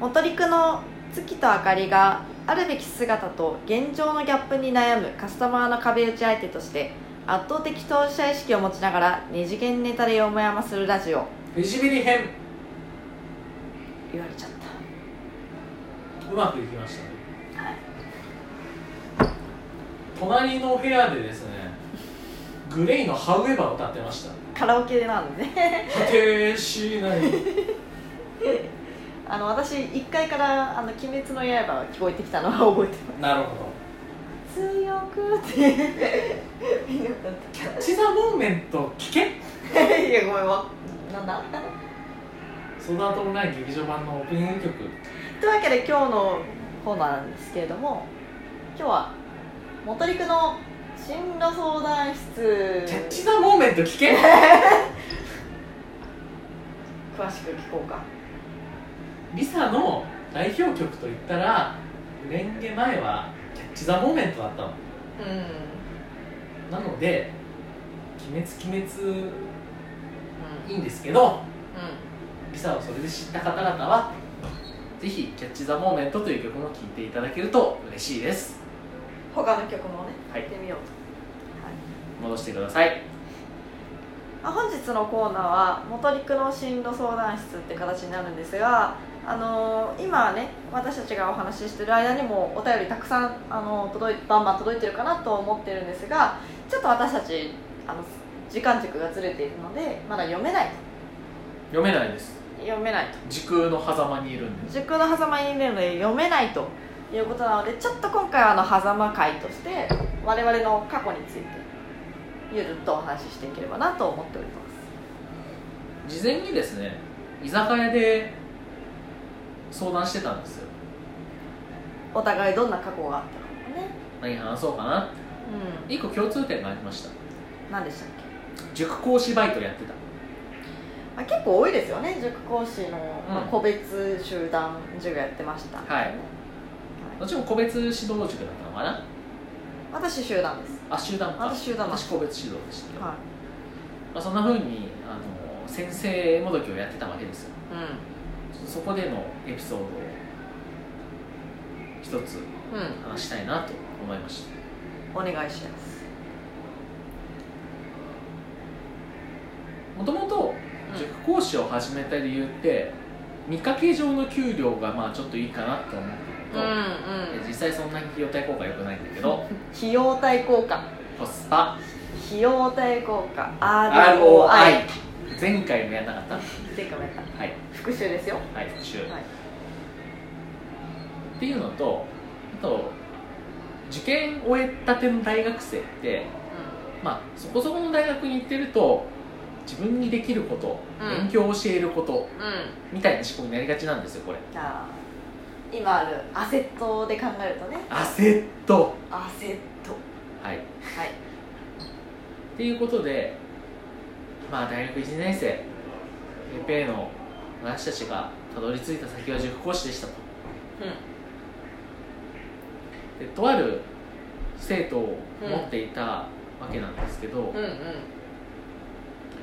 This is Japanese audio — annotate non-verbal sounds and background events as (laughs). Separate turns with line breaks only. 元陸の月と明かりがあるべき姿と現状のギャップに悩むカスタマーの壁打ち相手として圧倒的当事者意識を持ちながら二次元ネタでよもやまするラジオ
ビジビリ編
言われちゃった
うまくいきましたね
はい
隣の部屋でですねグレイの「ハウエバー」歌ってました
カラオケなんでね (laughs)
果てしない
あの私1階から「あの鬼滅の刃」が聞こえてきたのは覚えてま
なるほど
す強く (laughs) ってみんな歌っ
キャッチ・ザ・モーメント聞け
たいやごめんわなんだ
その後もない劇場版のオープニング曲
というわけで今日のコーナーなんですけれども今日は元陸の進路相談室
キャッチ・ザ・モーメント聞け
詳しく聞こうか
リサの代表曲といったら「レンゲ前」は「キャッチ・ザ・モーメント」だったの
うん
なので「鬼滅鬼滅」いいんですけどリサをそれで知った方々はぜひ「キャッチ・ザ・モーメント」という曲も聴いていただけると嬉しいです
他の曲もね
はい
やってみようと、はい
戻してください
まあ本日のコーナーは元陸の進路相談室って形になるんですが、あのー今はね私たちがお話ししてる間にもお便りたくさん、あのー届いバンバン届いてるかなと思ってるんですがちょっと私たちあの時間軸がずれているのでまだ読めない
読めないです
読めないと
時空の狭間にいるんです
塾の狭間にいるので読めないということなのでちょっと今回はあの狭間会として我々の過去についてゆるっとお話ししていければなと思っております。
事前にですね居酒屋で相談してたんですよ
お互いどんな過去があったのかね
何話そうかなって
う
1個共通点がありました
ん何でしたっけ、
塾講師バイトやってた
まあ、結構多いですよね塾講師の、まあ
うん
個別集団授業やってました、
はい
はい
どっちも個別指導塾だったのかな
私集団です
あ集団か
私集団だ
私個別指導でした、
は
まあ、そんなふうにあの先生もどきをやってたわけですよ
いうん
そこでのエピソードを一つ
うん
話したいなと思いました
お願いします
もともと塾講師を始めた理由って見かけ上の給料がまあちょっといいかなって思ってるのと、で実際そんなに費用対効果良くないんだけど
費用対効果
コスパ
費用対効果 ROI
ROI 前回もやんなかった
前回もやった
はい
復習ですよ
はい復習、
はい
っていうのとあと受験終えたての大学生ってまあそこそこの大学に行ってると自分にできること、
うん
勉強を教えること
うん、うん、
みたいな思考になりがちなんですよこれ
じゃあ今あるアセットで考えるとね
アセット
アセット
はいっ
はい
ていうことでまあ大学1年生ペーペーの私たちがたどり着いた先は塾講師でしたと
う
でとある生徒を持っていたわけなんですけど、
んうんうん